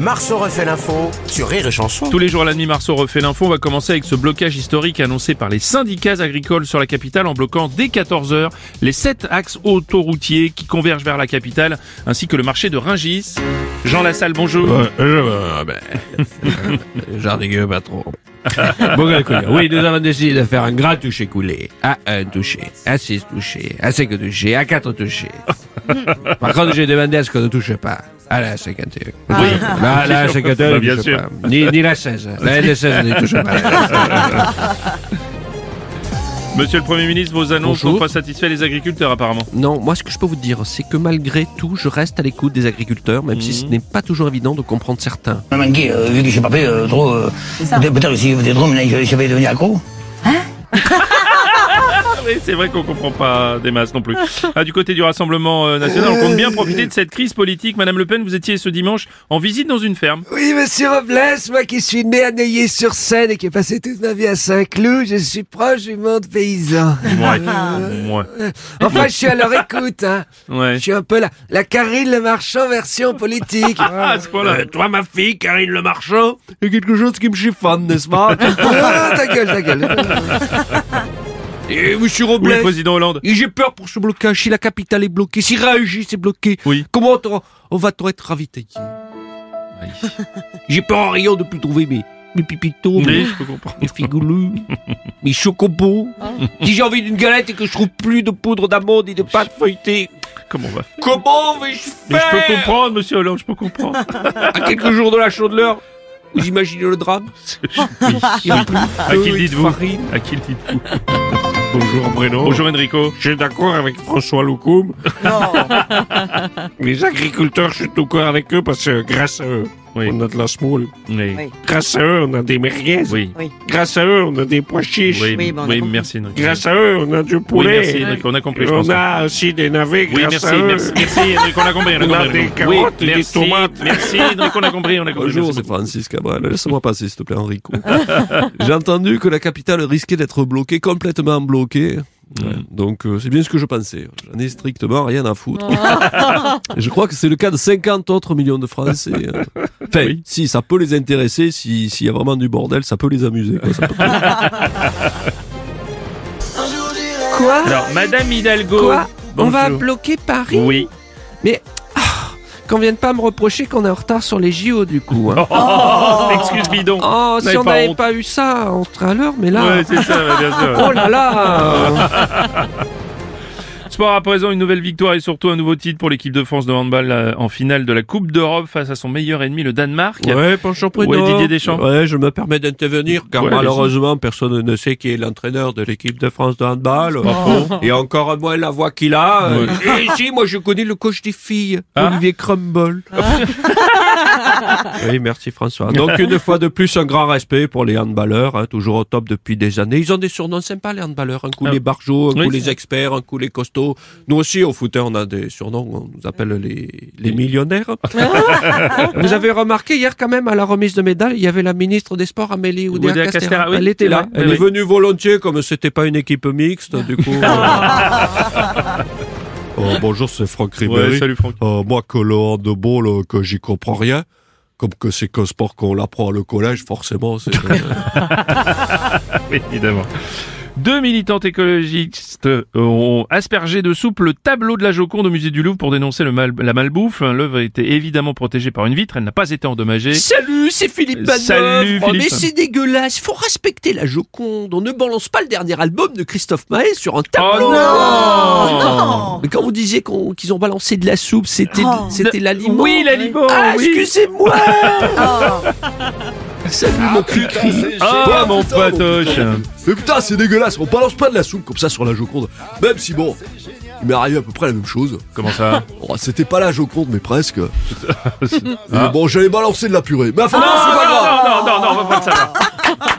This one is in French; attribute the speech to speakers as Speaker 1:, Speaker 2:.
Speaker 1: Marceau refait l'info sur Rire et Chanson.
Speaker 2: Tous les jours à la demi Marceau refait l'info. On va commencer avec ce blocage historique annoncé par les syndicats agricoles sur la capitale en bloquant dès 14h les 7 axes autoroutiers qui convergent vers la capitale ainsi que le marché de Ringis. Jean Lassalle, bonjour.
Speaker 3: ah ben, Jardigueux, euh, pas trop. bon, quel couillon. oui, nous avons décidé de faire un grand toucher coulé. À un touché, à six touchés, à cinq touchés, à quatre touchés. Par contre, j'ai demandé à ce qu'on ne touche pas. À la 51. Oui. Là, la 51,
Speaker 2: Bah,
Speaker 3: on ne
Speaker 2: Ah. bien
Speaker 3: touche
Speaker 2: sûr.
Speaker 3: pas. Ni, ni la 16. La L16, on ne touche pas.
Speaker 2: Monsieur le Premier ministre, vos annonces
Speaker 3: Bonjour.
Speaker 2: n'ont pas satisfait les agriculteurs apparemment.
Speaker 3: Non, moi ce que je peux vous dire, c'est que malgré tout, je reste à l'écoute des agriculteurs, même
Speaker 2: Mhm.
Speaker 3: si ce n'est pas toujours évident de comprendre certains.
Speaker 4: Maman Guy, euh, vu que j'ai pas fait euh, trop. euh,
Speaker 5: ça.
Speaker 4: peut- Peut-être que si des drôles, là, je, je vais devenir accro.
Speaker 2: Ah oui, c'est vrai qu'on comprend pas des masses non plus. Ah, du côté du Rassemblement euh, national, on compte bien profiter de cette crise politique. Madame Le Pen, vous étiez ce dimanche en visite dans une ferme.
Speaker 6: Oui, monsieur Robles, moi qui suis né à Neuilly-sur-Seine et qui ai passé toute ma vie à Saint-Cloud, je suis proche du monde paysan.
Speaker 2: Ouais. Ouais.
Speaker 6: Enfin, je suis à leur écoute, hein.
Speaker 2: Ouais.
Speaker 6: Je suis un peu la, la Karine Le Marchand version politique.
Speaker 2: Ah, à ce point-là.
Speaker 3: toi, ma fille, Karine Le Marchand,
Speaker 6: Il y a quelque chose qui me chiffonne, n'est-ce pas Ah, ta gueule, ta gueule.
Speaker 3: et monsieur
Speaker 2: Où est
Speaker 3: Robles,
Speaker 2: le président Hollande
Speaker 3: Et j'ai peur pour ce blocage. Si la capitale est bloquée, si Rungis est bloqué,
Speaker 2: Oui.
Speaker 3: comment on, on va-t-on être ravitaillé
Speaker 2: Oui.
Speaker 3: J'ai peur en rayon de plus trouver mes, mes pipitos,
Speaker 2: Oui,
Speaker 3: mes,
Speaker 2: je peux comprendre. Ah.
Speaker 3: mes figoulous, mes chocobos. Si j'ai envie d'une galette et que je trouve plus de poudre d'amande et de pâte feuilletée,
Speaker 2: Comment on va faire
Speaker 3: comment vais-je
Speaker 2: Mais je peux
Speaker 3: faire
Speaker 2: comprendre, monsieur Hollande, je peux comprendre.
Speaker 3: À quelques jours de la chandeleur, vous imaginez le drame Il y a plus de
Speaker 2: À qui le
Speaker 3: feu et de
Speaker 2: dites-vous
Speaker 3: farine.
Speaker 2: À qui le dites-vous
Speaker 3: Bonjour, Bruno.
Speaker 2: Bonjour Enrico.
Speaker 3: Je suis d'accord avec François Loukoum. Les agriculteurs, je suis d'accord avec eux parce que grâce à eux,
Speaker 2: Oui.
Speaker 3: on a de la semoule.
Speaker 2: Oui.
Speaker 5: Oui.
Speaker 3: Grâce à eux, on a des merguez.
Speaker 2: Oui.
Speaker 3: Grâce à eux, on a des pois chiches.
Speaker 2: Oui,
Speaker 5: Oui, bon, on a
Speaker 2: oui,
Speaker 5: compris.
Speaker 2: merci Enrico.
Speaker 3: Grâce à eux, on a du
Speaker 2: Oui,
Speaker 3: poulet.
Speaker 2: merci Enrico, on a compris, je pense.
Speaker 3: on a aussi des navets.
Speaker 2: Oui,
Speaker 3: grâce
Speaker 2: merci,
Speaker 3: à eux.
Speaker 2: merci, merci Enrico, on a compris.
Speaker 3: On a
Speaker 2: compris,
Speaker 3: des
Speaker 2: Enrico.
Speaker 3: carottes
Speaker 2: Oui,
Speaker 3: et des
Speaker 2: merci,
Speaker 3: tomates.
Speaker 2: Merci Enrico, on a compris, on a compris.
Speaker 7: Bonjour,
Speaker 2: merci
Speaker 7: c'est
Speaker 2: beaucoup.
Speaker 7: Francis Cabral. Laisse-moi passer, s'il te plaît, Enrico. J'ai entendu que la capitale risquait d'être bloquée, complètement bloquée. Ouais, Donc, euh, c'est bien ce que je pensais. J'en ai strictement rien à foutre. Et je crois que c'est le cas de 50 autres millions de Français. hein. Enfin,
Speaker 2: Oui.
Speaker 7: si, ça peut les intéresser. si- S'il y a vraiment du bordel, ça peut les amuser. quoi. Ça peut-
Speaker 6: Quoi
Speaker 2: Alors, Madame Hidalgo.
Speaker 6: Quoi On
Speaker 2: Bonjour.
Speaker 6: va bloquer Paris
Speaker 2: Oui.
Speaker 6: Qu'on vienne pas me reprocher qu'on est en retard sur les JO, du coup. hein.
Speaker 2: Oh, excuse bidon.
Speaker 6: Oh, si
Speaker 2: N'avez
Speaker 6: on
Speaker 2: pas
Speaker 6: n'avait
Speaker 2: honte.
Speaker 6: pas eu ça, on serait à l'heure, mais là...
Speaker 2: Ouais, c'est ça, bien sûr.
Speaker 6: Oh là là
Speaker 2: Sport à présent, une nouvelle victoire et surtout un nouveau titre pour l'équipe de France de handball euh, en finale de la Coupe d'Europe face à son meilleur ennemi, le Danemark.
Speaker 3: Ouais, bonjour, Bruno.
Speaker 2: Ouais, Didier Deschamps.
Speaker 3: Ouais, je me permets d'intervenir car
Speaker 2: Ouais,
Speaker 3: malheureusement, personne ne sait qui est l'entraîneur de l'équipe de France de handball. Et encore moins la voix qu'il a. Euh, Et si, moi, je connais le coach des filles,
Speaker 2: Ah.
Speaker 3: Olivier Crumble. oui, merci François. Donc, une fois de plus, un grand respect pour les handballeurs, hein, toujours au top depuis des années. Ils ont des surnoms sympas, les handballeurs. Un coup
Speaker 2: Ah.
Speaker 3: les barjots, un
Speaker 2: Oui,
Speaker 3: coup
Speaker 2: c'est-
Speaker 3: les experts, un coup les costauds. Nous aussi, au footer, on a des surnoms. On nous appelle les, les millionnaires.
Speaker 6: Vous avez remarqué hier quand même à la remise de médailles, il y avait la ministre des Sports Amélie
Speaker 2: Oudéa Oudéa Castéra. Castéra, oui,
Speaker 6: elle était là.
Speaker 2: c'est vrai.
Speaker 3: Elle
Speaker 2: oui.
Speaker 3: est venue volontiers, comme c'était pas une équipe mixte, du coup. euh. Oh, bonjour, c'est Franck Ribéry.
Speaker 2: Ah. Ouais, salut Franck.
Speaker 3: Euh, moi, que le handball, euh, que j'y comprends rien, comme que c'est qu'un sport qu'on apprend le collège, forcément, c'est...
Speaker 2: Oui, évidemment. Deux militantes écologistes euh, ont aspergé de soupe le tableau de la Joconde au musée du Louvre pour dénoncer le mal- la malbouffe. L'œuvre était évidemment protégée par une vitre, elle n'a pas été endommagée.
Speaker 3: Salut, c'est Philippe Manœuvre.
Speaker 2: Salut,
Speaker 3: Oh,
Speaker 2: Philippe.
Speaker 3: mais c'est dégueulasse, faut respecter la Joconde. On ne balance pas le dernier album de Christophe Maé sur un tableau.
Speaker 2: Oh non
Speaker 3: mais quand vous disiez qu'on- qu'ils ont balancé de la soupe, c'était
Speaker 5: Oh.
Speaker 3: c'était l'aliment.
Speaker 2: Oui, l'aliment,
Speaker 3: Ah,
Speaker 2: oui.
Speaker 3: excusez-moi Salut mon
Speaker 2: Ah, mon patoche
Speaker 7: Mais putain, c'est dégueulasse. On balance pas de la soupe comme ça sur la Joconde. Même si, bon, il m'est arrivé à peu près la même chose.
Speaker 2: Comment ça
Speaker 7: Oh, C'était pas la Joconde, mais presque.
Speaker 3: Ah,
Speaker 7: Et Bon, j'allais balancer de la purée. Mais enfin, non, c'est pas grave.
Speaker 2: Non, non, non, on va pas le savoir.